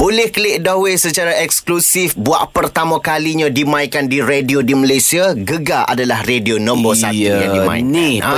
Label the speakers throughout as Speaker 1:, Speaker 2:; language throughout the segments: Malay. Speaker 1: Boleh klik Dawei secara eksklusif buat pertama kalinya dimainkan di radio di Malaysia. Gegar adalah radio nombor satu yang dimainkan.
Speaker 2: Ni
Speaker 1: Ah,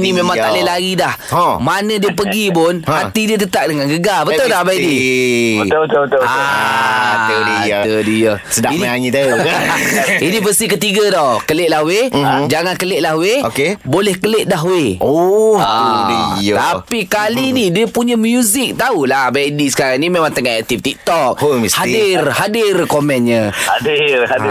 Speaker 1: tu
Speaker 2: ni
Speaker 1: dia.
Speaker 2: memang tak boleh lari dah
Speaker 1: Ha.
Speaker 2: Mana dia pergi pun
Speaker 1: Ha.
Speaker 2: Hati dia tetap dengan gegar Betul tak Abang Edi?
Speaker 3: Betul betul betul. betul.
Speaker 1: Ah, tu dia.
Speaker 2: tu dia.
Speaker 1: Sedap
Speaker 2: Ini-
Speaker 1: menyanyi tu.
Speaker 2: Ini versi ketiga tau Kelik lah weh
Speaker 1: Mhm.
Speaker 2: Jangan kelik lah weh
Speaker 1: Okey.
Speaker 2: Boleh kelik dah weh
Speaker 1: Oh,
Speaker 2: Ah,
Speaker 1: tu dia.
Speaker 2: Tapi kali ni Dia punya muzik Tahulah Abang Edi sekarang ni Memang tengah aktif TikTok
Speaker 1: Oh, mesti.
Speaker 2: Hadir Hadir komennya
Speaker 3: Ada ada
Speaker 2: Ah,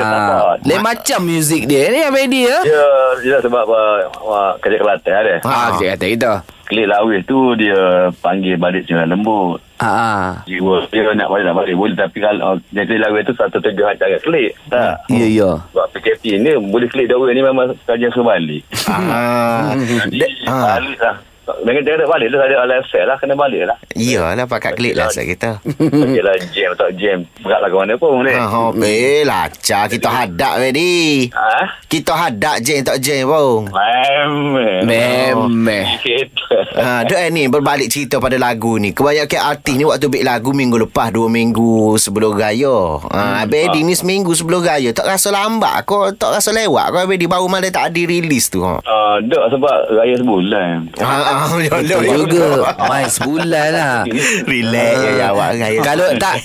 Speaker 3: support.
Speaker 2: Lain macam muzik dia ni Abang Edi ya
Speaker 3: Dia dia sebab uh, uh, kerja Kelantan ada.
Speaker 1: Ha.
Speaker 2: Ah, Okey kata kita
Speaker 3: Klik Lawis tu dia panggil balik sembilan lembut.
Speaker 2: Ah, ah.
Speaker 3: Jiwa dia nak balik nak balik boleh tapi kalau uh, dia klik Lawis tu satu tujuh hantar klik. Tak.
Speaker 2: Ya ya
Speaker 3: Sebab PKP ni boleh klik Dawa ni memang kajian sebalik.
Speaker 1: Ah,
Speaker 3: Jadi
Speaker 1: Ah.
Speaker 3: balik lah. Dengan dia kena balik lah ada alasan lah kena balik lah.
Speaker 1: iyalah pakai klik lah set kita.
Speaker 3: Okeylah jam tak jam berat lah ke mana pun ni.
Speaker 2: Ah.
Speaker 1: Ha, ha, eh, lacak. Kita hadap, Wedi.
Speaker 3: Ha?
Speaker 1: Kita hadap, jeng tak jeng, bong.
Speaker 3: Memang.
Speaker 2: Memeh
Speaker 3: Kita.
Speaker 1: Ha, duk eh, ni berbalik cerita pada lagu ni. Kebanyakan artis ni waktu bik lagu minggu lepas, dua minggu sebelum raya. Ha, hmm. Abang Edi ni seminggu sebelum raya. Tak rasa lambat kau, tak rasa lewat kau Abang Edi baru malam tak ada release tu. Ha.
Speaker 3: Uh, tak sebab raya lah. sebulan.
Speaker 1: Ha, ha, ha, ya
Speaker 2: Betul
Speaker 1: Allah, ya
Speaker 2: juga
Speaker 1: Allah.
Speaker 2: Main sebulan lah Ah.
Speaker 1: Relax ya, ya awak raya.
Speaker 2: Kalau tak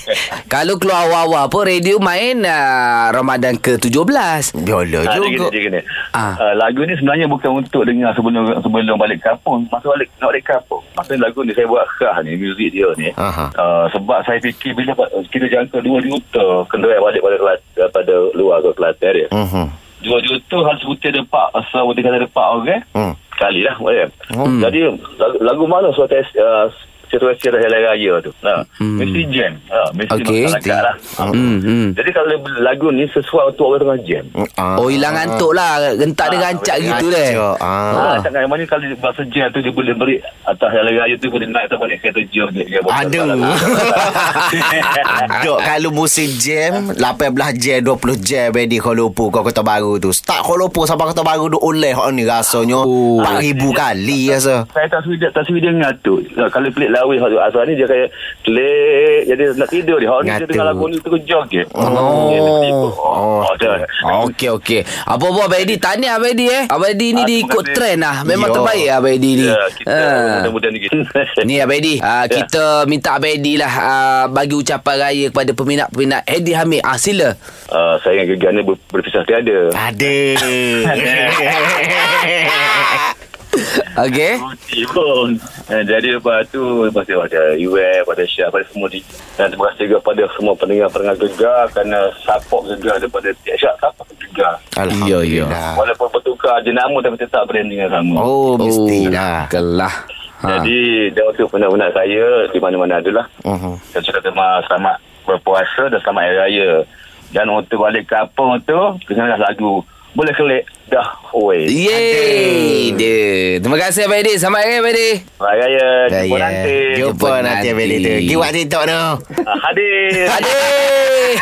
Speaker 2: Kalau keluar awal-awal pun Radio main uh, Ramadan ke-17
Speaker 1: Ya Allah
Speaker 3: Ah, dia
Speaker 1: juga.
Speaker 3: kena, dia kena.
Speaker 2: Ah.
Speaker 3: Ah, lagu ni sebenarnya bukan untuk dengar sebelum sebelum balik kampung. Masa balik nak balik kampung. Masa lagu ni saya buat khas ni, muzik dia ni.
Speaker 1: Aha.
Speaker 3: Ah, sebab saya fikir bila ba- kita jangka 2 juta kenderaan balik pada Kelantan, daripada luar ke Kelantan dia.
Speaker 1: Mhm.
Speaker 3: 2 juta harus putih depak, asal putih kata depak orang.
Speaker 1: Hmm.
Speaker 3: Sekali lah boleh.
Speaker 1: Hmm.
Speaker 3: Jadi lagu, lagu mana suatu uh, situasi raya raya tu. Ha. Mesti jam. Ha, mesti
Speaker 2: Okey.
Speaker 3: makan angkat lah. Ha.
Speaker 2: hmm, hmm.
Speaker 3: Jadi kalau lagu ni sesuai untuk orang tengah jam.
Speaker 1: Ah.
Speaker 2: Oh hilang ngantuk lah Gentak dia
Speaker 3: Ah,
Speaker 2: rancak
Speaker 3: boleh
Speaker 2: gitu deh
Speaker 1: rancak, ah.
Speaker 2: Ah.
Speaker 3: Ha, tangan mana kalau bahasa jam tu dia boleh beri atas yang raya tu boleh naik tak balik kereta jam dia. lah. dia boleh-
Speaker 1: Aduh. lah. Dok kalau musim jam 18 jam 20 jam Ready Kuala Lumpur Kau Kota Baru tu Start Kuala Lumpur Sampai Kota Baru Duk oleh hak ni rasanya
Speaker 2: Oh.
Speaker 1: 4000 kali rasa
Speaker 3: Saya tak suruh dia, tak suruh dia ngatur. Nah, kalau pelik lawi hak asal ni dia kayak pelik jadi nak tidur dia. Hak ni dia
Speaker 1: Ngatur.
Speaker 3: dengar lagu ni terus joget.
Speaker 2: Oh.
Speaker 3: Dia tertidur. Oh.
Speaker 1: Oh.
Speaker 3: dah.
Speaker 2: Ah, Okey okey. Apa-apa Abang Edi tahniah Abang Edi eh. Abang Edi ni
Speaker 3: Ah,
Speaker 2: diikut
Speaker 3: terima kasih.
Speaker 2: trend lah. Memang
Speaker 1: Yo.
Speaker 2: terbaik lah Abang Edi ni.
Speaker 3: Ya, kita
Speaker 2: Ah.
Speaker 3: mudah-mudahan Ya. ni kita.
Speaker 2: Ni Abang Edi uh, Kita minta Abang Edi lah uh, Bagi ucapan raya Kepada peminat-peminat Edi Hamid ah, Sila
Speaker 3: uh, saya dengan Gegan ni ber- berpisah tiada.
Speaker 1: Ada
Speaker 2: Okay
Speaker 3: Rutin pun. Eh, jadi lepas tu lepas tu ada Iwer, pada Syah, pada semua di, dan terima kasih juga pada semua pendengar-pendengar Gegar kerana support Gegar daripada tiap Syah support Gegar.
Speaker 1: Alhamdulillah
Speaker 3: Walaupun bertukar je nama tapi tetap brand dengan sama.
Speaker 1: Ah. Oh Ah. mesti
Speaker 2: lah
Speaker 1: lah
Speaker 2: Kelah ha.
Speaker 3: Jadi dan waktu penat-penat saya di mana-mana adalah.
Speaker 1: Mhm.
Speaker 3: Saya cakap terima selamat berpuasa dan selamat hari raya. Dan untuk balik kampung tu, kena lagu. Boleh kelik dah. Oi.
Speaker 2: Yeay dia. Terima kasih Abang Edi Selamat hari Abang Edi
Speaker 3: Selamat raya.
Speaker 1: Dah,
Speaker 3: Jumpa
Speaker 1: ya.
Speaker 3: nanti.
Speaker 1: Jumpa nanti Abang Edi tu
Speaker 2: nanti.
Speaker 1: Pergi buat TikTok tu
Speaker 3: Ah, Hadir.
Speaker 2: Adik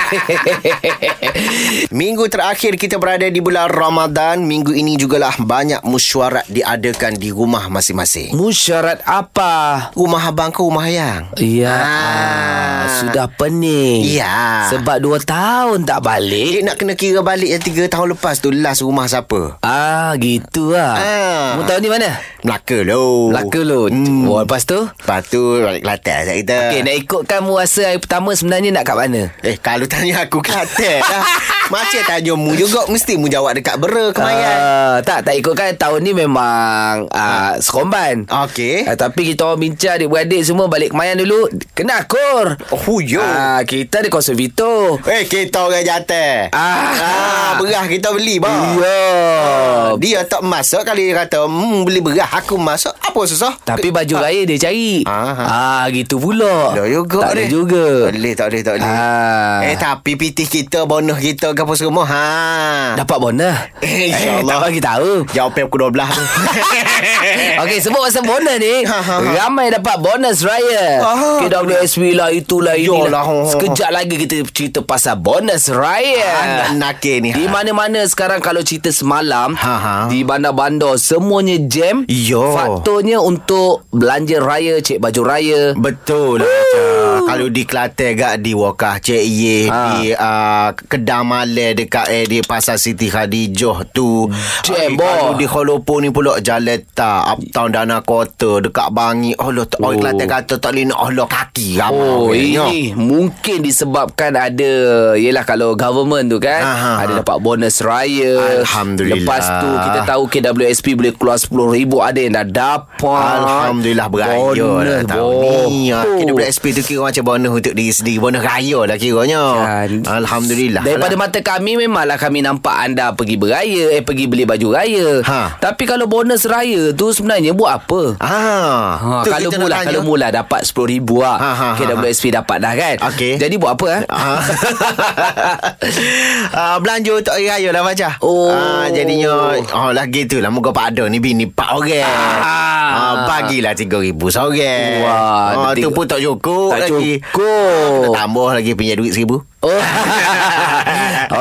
Speaker 1: Minggu terakhir kita berada di bulan Ramadan Minggu ini jugalah banyak mesyuarat diadakan di rumah masing-masing
Speaker 2: Musyarat apa?
Speaker 1: Rumah abang ke rumah ayang?
Speaker 2: Ya
Speaker 1: Ah.
Speaker 2: Sudah pening
Speaker 1: Ya.
Speaker 2: Sebab dua tahun
Speaker 1: Eh,
Speaker 2: tak balik
Speaker 1: nak kena kira balik yang tiga tahun lepas tu last rumah siapa?
Speaker 2: Ah gitu lah
Speaker 1: Ah.
Speaker 2: Mu tahun ni mana?
Speaker 1: Melaka lo.
Speaker 2: Melaka lu
Speaker 1: Hmm.
Speaker 2: Oh. hmm. Ah. oh, Lepas tu
Speaker 1: Lepas tu balik Kelantan saya kita.
Speaker 2: Okay, nak ikutkan muasa hari pertama sebenarnya nak kat mana?
Speaker 1: Eh, kalau tanya aku Kelantan lah. Macam tanya mu juga, mesti mu jawab dekat bera kemayan.
Speaker 2: Uh, tak, tak ikutkan tahun ni memang uh, seromban.
Speaker 1: Uh, Okey.
Speaker 2: Uh, tapi kita orang bincang adik-beradik semua balik Kemayan dulu. Kena akur.
Speaker 1: Oh, yo.
Speaker 2: Ah, kita ada konsert Vito.
Speaker 1: Eh, kita orang jantan. Ah,
Speaker 2: Ah.
Speaker 1: berah kita beli, bah.
Speaker 2: Yo.
Speaker 1: Dia tak masuk kali dia kata, hmm, beli berah aku masuk. Apa susah?
Speaker 2: Tapi baju raya dia cari.
Speaker 1: Ah.
Speaker 2: Ah, gitu pula.
Speaker 1: Tak juga
Speaker 2: Tak ada
Speaker 1: ni.
Speaker 2: juga.
Speaker 1: Tak boleh, tak boleh, tak boleh.
Speaker 2: Ah.
Speaker 1: Eh, tapi pitih kita, bonus kita, ke apa semua. Ha.
Speaker 2: Dapat bonus.
Speaker 1: Eh, insyaAllah.
Speaker 2: tak bagi tahu.
Speaker 1: Jawapan pukul 12 tu.
Speaker 2: Okey, sebut pasal bonus ni.
Speaker 1: Eh. Ha, ha, ha.
Speaker 2: ramai dapat bonus raya.
Speaker 1: Ah,
Speaker 2: KWSB lah, itulah,
Speaker 1: Yolah,
Speaker 2: inilah.
Speaker 1: ho, ho, ho.
Speaker 2: Sekejap lagi kita cerita pasal bonus raya.
Speaker 1: Anak nakir ni,
Speaker 2: Di
Speaker 1: ha.
Speaker 2: mana-mana sekarang kalau cerita smart malam
Speaker 1: Ha, ha.
Speaker 2: di bandar-bandar semuanya jam.
Speaker 1: Yo.
Speaker 2: Faktornya untuk belanja raya, cek baju raya.
Speaker 1: Betul lah Cak. Kalau di Kelantan gak di Wakah Cik Ye ha.
Speaker 2: Ha.
Speaker 1: Di uh, Kedah Malay Dekat eh, di Pasar Siti Khadijoh tu
Speaker 2: Jam,
Speaker 1: Eh,
Speaker 2: boh.
Speaker 1: Kalau di Holopur ni pula Jaleta Uptown Dana Kota Dekat Bangi Oh lah oh.
Speaker 2: Oh.
Speaker 1: Kelantan kata tak boleh nak Oh lah kaki ramai
Speaker 2: Oh,
Speaker 1: orang, yo.
Speaker 2: ini mungkin disebabkan ada Yelah kalau government tu kan
Speaker 1: Ha, ha,
Speaker 2: Ada
Speaker 1: ha.
Speaker 2: dapat bonus raya
Speaker 1: Alhamdulillah.
Speaker 2: Lepas tu kita tahu KWSP boleh keluar RM10,000 Ada yang dah dapat
Speaker 1: Alhamdulillah beraya lah tahun ni Ah,
Speaker 2: Oh.
Speaker 1: Kita boleh SP tu kira macam bonus untuk diri sendiri Bonus raya lah kiranya
Speaker 2: Kan.
Speaker 1: Alhamdulillah
Speaker 2: Daripada
Speaker 1: lah.
Speaker 2: mata kami Memanglah kami nampak anda pergi beraya Eh pergi beli baju raya
Speaker 1: Ha.
Speaker 2: Tapi kalau bonus raya tu sebenarnya buat apa?
Speaker 1: Ah,
Speaker 2: Ha,
Speaker 1: tu
Speaker 2: kalau
Speaker 1: kita nak
Speaker 2: mula
Speaker 1: tanya.
Speaker 2: kalau mula dapat RM10,000 lah.
Speaker 1: Ha,
Speaker 2: Ha,
Speaker 1: ha,
Speaker 2: ha,
Speaker 1: ha,
Speaker 2: KWSP dapat dah kan.
Speaker 1: Okey.
Speaker 2: Jadi buat apa eh?
Speaker 1: Ah. ah, belanja untuk hari raya lah Fajar
Speaker 2: Oh.
Speaker 1: ah, Jadinya Oh lah gitu lah Muka Pak Adon ni bini Pak orang ah.
Speaker 2: Ah.
Speaker 1: ah bagilah RM3,000 seorang
Speaker 2: Wah,
Speaker 1: ah, Tu
Speaker 2: tiga-
Speaker 1: pun tak cukup
Speaker 2: Tak
Speaker 1: lagi
Speaker 2: cukup.
Speaker 1: ah, Tambah lagi punya duit RM1,000
Speaker 2: Oh.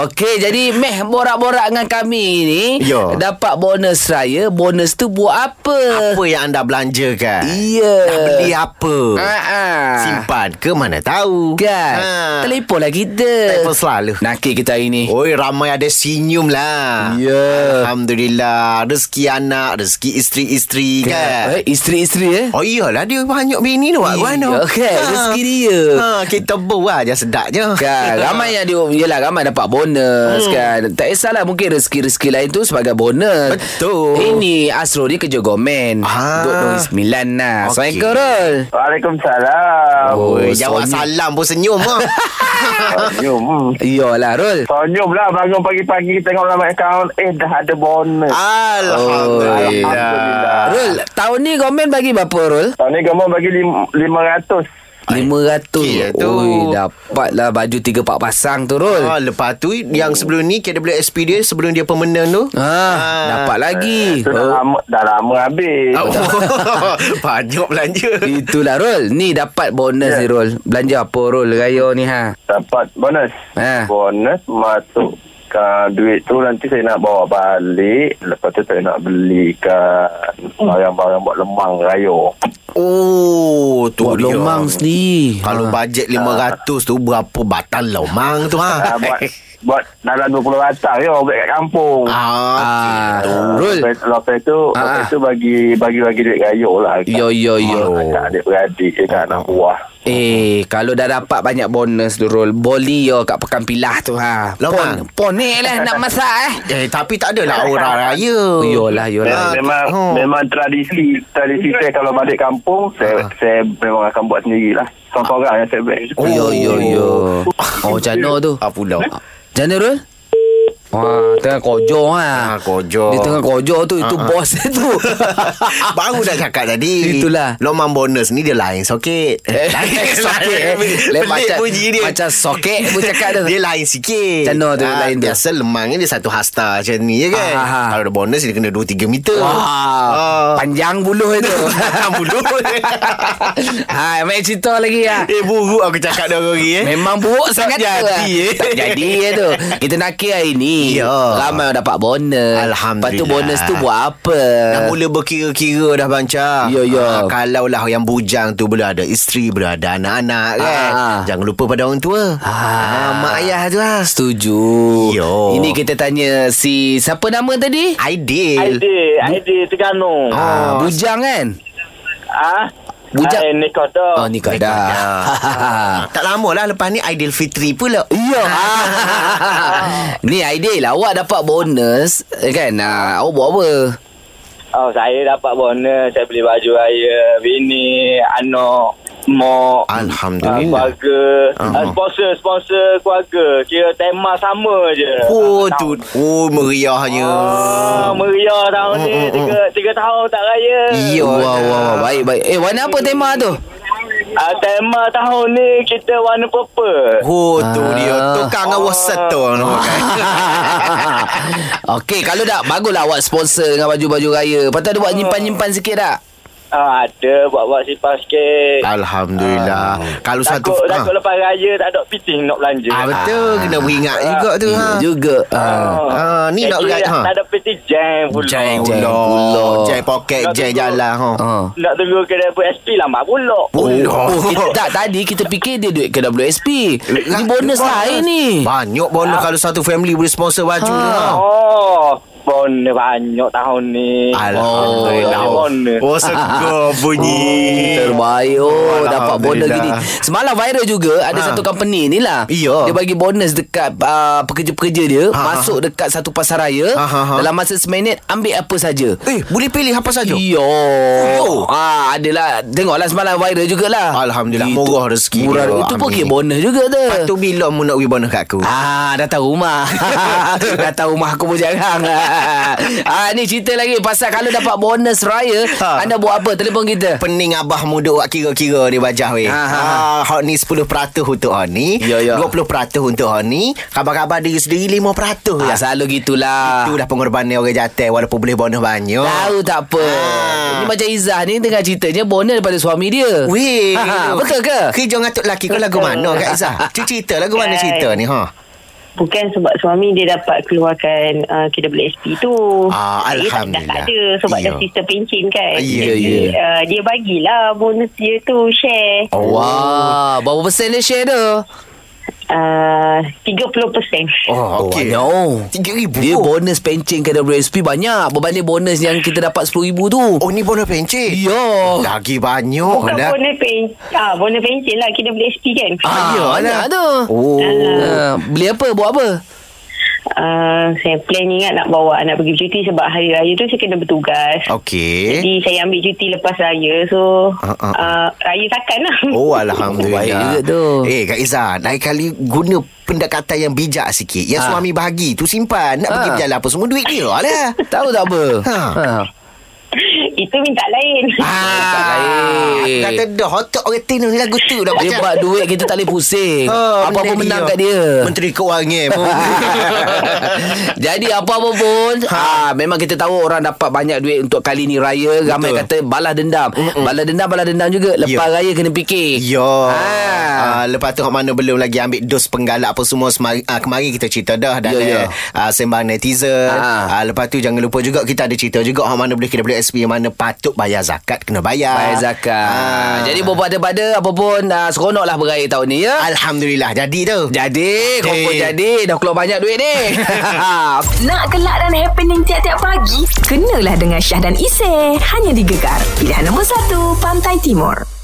Speaker 2: Okey, jadi meh borak-borak dengan kami ni
Speaker 1: Ya.
Speaker 2: dapat bonus raya. Bonus tu buat apa?
Speaker 1: Apa yang anda belanjakan
Speaker 2: Iya.
Speaker 1: Nak beli apa
Speaker 2: Ha ah.
Speaker 1: Simpan ke mana tahu
Speaker 2: Kan?
Speaker 1: ha.
Speaker 2: Telefonlah kita.
Speaker 1: Telefon selalu
Speaker 2: Nakik kita hari ni.
Speaker 1: Oi ramai ada senyum lah
Speaker 2: Ya.
Speaker 1: Alhamdulillah Rezeki anak Rezeki isteri-isteri kan
Speaker 2: Eh, isteri-isteri eh.
Speaker 1: Oh iyalah dia banyak bini tu Wak Wan tu
Speaker 2: Okey, rezeki dia.
Speaker 1: ha, Kita bau lah je sedap je
Speaker 2: Kan Ramai yang dia Yelah ramai dapat bonus hmm. kan Tak kisahlah Mungkin rezeki-rezeki lain tu Sebagai bonus
Speaker 1: Betul.
Speaker 2: Ini Astro ni kerja gomen
Speaker 1: Ah.
Speaker 2: Duduk Negeri Sembilan lah
Speaker 1: Okey.
Speaker 2: okay. Assalamualaikum Rol
Speaker 3: Waalaikumsalam.
Speaker 2: Oh.
Speaker 1: Oi,
Speaker 2: senyum.
Speaker 1: jawab salam pun senyum ha.
Speaker 3: Senyum.
Speaker 2: Iyalah Rol
Speaker 3: Senyum lah bangun pagi-pagi tengok dalam akaun. Eh, dah ada
Speaker 2: Oh,
Speaker 3: bonus.
Speaker 1: Alhamdulillah.
Speaker 3: Alhamdulillah.
Speaker 1: Ah.
Speaker 2: Rol Tahun ni gomen bagi berapa Rol?
Speaker 3: Tahun ni kamu bagi lim- 500.
Speaker 1: Okey lah
Speaker 2: 500
Speaker 1: tu.
Speaker 2: Ui dapatlah baju 3-4 pasang tu Rol
Speaker 1: Ha, lepas tu yang sebelum ni KWSP dia sebelum dia pemenang tu.
Speaker 2: ha, Dapat lagi
Speaker 3: Itu dah lama, dah lama habis.
Speaker 2: Ah.
Speaker 1: Oh. Banyak belanja.
Speaker 2: Itulah Rol Ni dapat bonus ni Rol Belanja apa Rol Raya ni ha
Speaker 3: Dapat bonus.
Speaker 2: Ha.
Speaker 3: Bonus masuk ke duit tu nanti saya nak bawa balik lepas tu saya nak belikan barang-barang buat lemang raya
Speaker 1: Oh, tu
Speaker 2: Buat
Speaker 1: dia.
Speaker 2: lomang sendiri
Speaker 1: Kalau
Speaker 2: Ah.
Speaker 1: bajet 500 tu berapa batal lomang tu ha?
Speaker 3: ha, buat buat dalam 20 ratus je ya, buat kat kampung
Speaker 1: Ah,
Speaker 2: Ah, Rol
Speaker 3: Lepas, lepas tu
Speaker 2: Ah.
Speaker 3: Lepas tu bagi Bagi-bagi duit raya lah kat-
Speaker 2: Yo yo yo.
Speaker 3: Kat adik-beradik Kat anak buah
Speaker 2: Eh, kalau dah dapat banyak bonus Nurul, boli yo kat pekan pilah tu ha.
Speaker 1: Lomang.
Speaker 2: Pon, ponik lah nak masak
Speaker 1: eh
Speaker 2: eh.
Speaker 1: tapi tak adalah orang raya.
Speaker 2: Oh. Yolah,
Speaker 3: Memang,
Speaker 2: yolah.
Speaker 3: memang,
Speaker 1: oh.
Speaker 3: memang tradisi tradisi saya kalau balik kampung saya saya memang akan buat sendirilah. Sampai orang yang saya buat.
Speaker 2: Ah. Oh, yo yo yo. Oh, jano tu.
Speaker 1: Ah pula.
Speaker 2: Jano Rul? Wah, tengah kojo ha.
Speaker 1: Ah, kojo.
Speaker 2: Dia tengah Ah, kojo tu, itu bos dia tu.
Speaker 1: Baru dah cakap tadi
Speaker 2: Itulah.
Speaker 1: Lomang bonus ni dia lain soket
Speaker 2: Eh, soket eh.
Speaker 1: Pelik
Speaker 2: Lain macam,
Speaker 1: bunyi dia
Speaker 2: macam soket pun cakap tu.
Speaker 1: Dia lain sikit Ah,
Speaker 2: Macam mana tu lain tu?
Speaker 1: Biasa lemang ni dia satu hasta macam ni je kan
Speaker 2: Ah, ah, ah.
Speaker 1: Kalau ada bonus dia kena 2-3 meter
Speaker 2: Wah,
Speaker 1: Ah.
Speaker 2: panjang buluh itu.
Speaker 1: Mulut
Speaker 2: ha, main cerita lagi ah.
Speaker 1: Eh buruk aku cakap dah orang eh
Speaker 2: Memang buruk
Speaker 1: Tak
Speaker 2: sangat
Speaker 1: jadi,
Speaker 2: tu lah.
Speaker 1: eh.
Speaker 2: Tak jadi ya tu Kita nakir hari ni
Speaker 1: Ya.
Speaker 2: Ramai orang dapat bonus
Speaker 1: Alhamdulillah.
Speaker 2: Lepas tu bonus tu buat apa
Speaker 1: Dah mula berkira-kira dah banca.
Speaker 2: Eh. Ya, ya.
Speaker 1: Ha, kalau lah yang bujang tu belum ada isteri, belum ada anak-anak kan.
Speaker 2: Ah, ah.
Speaker 1: Jangan lupa pada orang tua. Ha, mak ayah tu lah.
Speaker 2: Setuju
Speaker 1: Yo.
Speaker 2: Ini kita tanya si Siapa nama tadi?
Speaker 1: Ideal.
Speaker 3: ID Terengganu.
Speaker 2: Ah, Bujang kan?
Speaker 3: Ah.
Speaker 2: Bujang. Ah,
Speaker 3: ni kau tu.
Speaker 2: Oh ni kau dah
Speaker 1: Tak lama lah lepas ni Ideal Fitri pula.
Speaker 2: Ya Ni idea lah Awak dapat bonus eh, Kan ah, Awak buat apa?
Speaker 3: Oh, saya dapat bonus. Saya beli baju raya, bini, anak, mak.
Speaker 1: Ah, Alhamdulillah.
Speaker 3: keluarga
Speaker 1: Ah.
Speaker 3: uh, Sponsor Sponsor keluarga Kira tema sama je
Speaker 1: Oh
Speaker 3: Tak
Speaker 1: tu. Oh meriahnya.
Speaker 3: Ah, meriah tahun
Speaker 1: ah,
Speaker 3: ni tiga, tiga tahun tak raya
Speaker 1: Ya.
Speaker 2: Wah wah wah Baik baik Eh warna apa tema tu?
Speaker 3: Ah, Tema tahun ni Kita warna purple
Speaker 1: Oh tu
Speaker 2: Ah.
Speaker 1: dia. Tukang dengan wasat tu.
Speaker 4: Ah.
Speaker 2: Ah. Okey kalau tak Baguslah awak sponsor Dengan baju-baju raya Lepas tu ada buat nyimpan-nyimpan sikit tak?
Speaker 3: Ah,
Speaker 4: Ha, ada buat-buat sipar sikit.
Speaker 1: Alhamdulillah.
Speaker 2: Ah.
Speaker 1: Kalau Ah, satu
Speaker 4: takut, takut lepas raya tak ada fitting nak belanja.
Speaker 1: Ah betul kena beringat juga tu ha.
Speaker 2: Juga. Ah.
Speaker 1: Ah, ni nak
Speaker 4: Actually,
Speaker 1: rat, ha.
Speaker 4: Tak ada fitting jam pula.
Speaker 2: Jam
Speaker 1: Jai
Speaker 2: pula.
Speaker 1: pula Jai poket
Speaker 4: Nak
Speaker 1: Jai
Speaker 4: tunggu.
Speaker 1: jalan ha.
Speaker 2: Ah.
Speaker 4: Nak tunggu kedai PSP lama pula.
Speaker 2: Oh,
Speaker 1: Pula.
Speaker 2: oh kita, tak tadi kita fikir dia duit ke WSP. Ni Lah, bonus lain ni.
Speaker 1: Banyak
Speaker 2: Ah.
Speaker 1: bonus kalau satu family boleh sponsor baju ha. ha.
Speaker 4: Oh, bonus banyak tahun ni.
Speaker 1: Alhamdulillah.
Speaker 4: Oh, bonus.
Speaker 1: Oh, segar bunyi.
Speaker 2: Terbaik oh, Dapat bonus gini
Speaker 1: Alhamdulillah.
Speaker 2: Semalam viral juga Ada
Speaker 1: Ha.
Speaker 2: satu company ni lah
Speaker 1: Iya.
Speaker 2: Dia bagi bonus dekat uh, Pekerja-pekerja dia
Speaker 1: ha.
Speaker 2: Masuk dekat satu pasaraya
Speaker 1: Ha, ha, ha.
Speaker 2: Dalam masa seminit Ambil apa saja
Speaker 1: Eh, boleh pilih apa saja.
Speaker 2: Yo. Ah, adalah tengoklah semalam viral jugalah.
Speaker 1: Alhamdulillah,
Speaker 2: Itu-
Speaker 1: murah rezeki
Speaker 2: Murah.
Speaker 1: dia.
Speaker 2: Itu pun
Speaker 1: Amin.
Speaker 2: kira bonus juga tu.
Speaker 1: Lepas tu bila mu nak bagi bonus kat aku?
Speaker 2: Ah, datang rumah. datang rumah aku pun jarang. ah, ni cerita lagi pasal kalau dapat bonus raya,
Speaker 1: Ha.
Speaker 2: anda buat apa? Telefon kita.
Speaker 1: Pening abah muda buat kira-kira di wajah weh.
Speaker 2: Ha,
Speaker 1: Ha,
Speaker 2: ha,
Speaker 1: ha, hak ni 10% untuk hak ni,
Speaker 2: Ya, ya.
Speaker 1: 20% untuk hak ni, khabar-khabar diri sendiri 5% ya.
Speaker 2: Ah, selalu gitulah.
Speaker 1: Itu dah pengorbanan orang jantan walaupun boleh bonus banyak.
Speaker 2: Tahu tak apa.
Speaker 1: Ah.
Speaker 2: Ini macam Izzah ni tengah ceritanya bonus daripada suami dia.
Speaker 1: Weh,
Speaker 2: Ha, ha, betul ke?
Speaker 1: Kerja ngatuk lelaki kau lagu
Speaker 5: Betul.
Speaker 1: mana Kak Izzah? Cik cerita lagu mana
Speaker 5: Eh.
Speaker 1: cerita ni ha?
Speaker 5: Bukan sebab suami dia dapat keluarkan uh, KWSP tu.
Speaker 1: Ah,
Speaker 5: Dia tak- Dah
Speaker 1: Alhamdulillah.
Speaker 5: tak ada sebab
Speaker 1: Ya.
Speaker 5: dah sister pencin
Speaker 1: Ah,
Speaker 5: kan.
Speaker 1: ya,
Speaker 5: Jadi,
Speaker 2: ya.
Speaker 5: Uh, dia bagilah bonus dia tu share.
Speaker 1: Oh.
Speaker 2: Wah, berapa persen dia share tu?
Speaker 5: Uh, 30%.
Speaker 1: Oh, okey.
Speaker 2: banyak. Oh.
Speaker 1: RM3,000.
Speaker 2: Dia bonus pencen ke WSP banyak Berbanding bonus yang kita dapat RM10,000 tu
Speaker 1: Oh ni bonus pencen.
Speaker 2: Ya
Speaker 1: Lagi banyak
Speaker 5: Bukan
Speaker 1: lah.
Speaker 5: bonus pencin. Ah, bonus pencin lah KWSP kan.
Speaker 2: Ah,
Speaker 1: ya
Speaker 2: banyak
Speaker 1: lah.
Speaker 2: tu
Speaker 1: Oh.
Speaker 2: Ah, Beli apa? Buat apa?
Speaker 5: Uh, saya plan ingat nak bawa anak pergi cuti sebab hari raya tu saya kena bertugas.
Speaker 1: Okey.
Speaker 5: Jadi saya ambil cuti lepas raya So
Speaker 1: Ah,
Speaker 5: uh,
Speaker 1: ah,
Speaker 5: uh, uh, Raya takkan lah
Speaker 1: Oh
Speaker 2: Baik
Speaker 1: Alhamdulillah
Speaker 2: juga tu.
Speaker 1: Eh Kak Izzah Lain kali guna pendekatan yang bijak sikit Yang
Speaker 2: Ha.
Speaker 1: suami bahagi tu simpan Nak
Speaker 2: Ha.
Speaker 1: pergi berjalan apa semua duit dia lah
Speaker 2: Tahu tak apa? Ah.
Speaker 1: Ha.
Speaker 5: Itu minta lain
Speaker 1: Ah,
Speaker 2: tak lain.
Speaker 1: Kata dah Otak orang tino ni lagu tu dah
Speaker 2: Dia
Speaker 1: macam-
Speaker 2: buat duit kita tak boleh pusing
Speaker 1: Oh,
Speaker 2: Apa-apa
Speaker 1: benda
Speaker 2: menang kat dia
Speaker 1: Menteri Keuangan pun
Speaker 2: Jadi apa-apa pun ha. Memang kita tahu orang dapat banyak duit Untuk kali ni raya Ramai
Speaker 1: Betul.
Speaker 2: kata balas dendam Mm-mm. Balas dendam, balas dendam juga Lepas
Speaker 1: Ya.
Speaker 2: raya kena fikir
Speaker 1: Yo. Ah.
Speaker 2: Ah.
Speaker 1: lepas tu hak mana belum lagi ambil dos penggalak apa semua semari, ah, kemarin kita cerita dah dan
Speaker 2: Yo, yo.
Speaker 1: yeah, yeah. ah, sembang netizen.
Speaker 2: Ah.
Speaker 1: Ah. lepas tu jangan lupa juga kita ada cerita juga hak mana boleh kena boleh SP yang mana patut bayar zakat kena bayar.
Speaker 2: Bayar zakat
Speaker 1: Ah.
Speaker 2: Jadi berpada-pada Apa pun uh, Seronok lah beraya tahun ni ya
Speaker 1: Alhamdulillah jadi tu.
Speaker 2: Jadi Kau pun
Speaker 1: Jadi.
Speaker 2: jadi Dah keluar banyak duit ni Ha,
Speaker 6: Nak kelak dan happening tiap-tiap pagi? Kenalah dengan Syah dan Isy. Hanya di Gegar. Pilihan nombor 1, Pantai Timur.